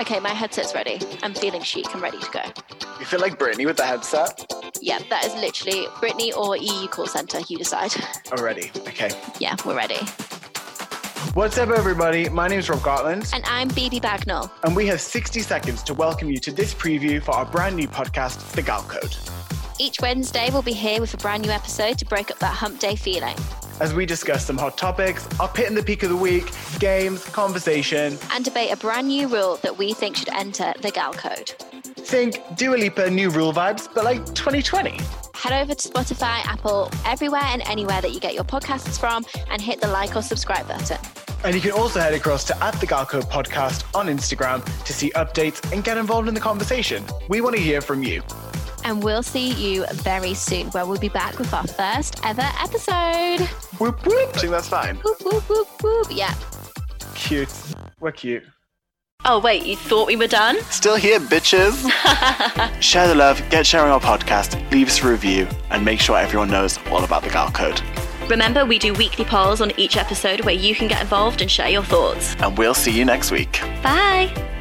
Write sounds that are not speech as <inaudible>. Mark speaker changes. Speaker 1: Okay, my headset's ready. I'm feeling chic. I'm ready to go.
Speaker 2: You feel like Britney with the headset?
Speaker 1: Yeah, that is literally Brittany or EU call center. You decide. <laughs>
Speaker 2: I'm ready. Okay.
Speaker 1: yeah, we're ready.
Speaker 2: What's up, everybody? My name is Rob Gartland,
Speaker 1: And I'm BB Bagnall.
Speaker 2: and we have 60 seconds to welcome you to this preview for our brand new podcast, The Gal Code.
Speaker 1: Each Wednesday, we'll be here with a brand new episode to break up that hump day feeling
Speaker 2: As we discuss some hot topics, our pit and the peak of the week, games, conversation,
Speaker 1: and debate a brand new rule that we think should enter the Gal Code.
Speaker 2: think Dua Lipa new rule vibes, but like 2020.
Speaker 1: Head over to Spotify, Apple, everywhere and anywhere that you get your podcasts from, and hit the like or subscribe button.
Speaker 2: And you can also head across to at the Gal Code podcast on Instagram to see updates and get involved in the conversation. We want to hear from you.
Speaker 1: And we'll see you very soon, where we'll be back with our first ever episode.
Speaker 2: Whoop whoop. I think that's fine.
Speaker 1: Whoop, whoop, whoop, whoop. Yeah.
Speaker 2: Cute. We're cute.
Speaker 3: Oh, wait, you thought we were done?
Speaker 2: Still here, bitches. Share the love, get sharing our podcast, leave us a review, and make sure everyone knows all about the Gal Code.
Speaker 3: Remember, we do weekly polls on each episode where you can get involved and share your thoughts.
Speaker 2: And we'll see you next week.
Speaker 3: Bye.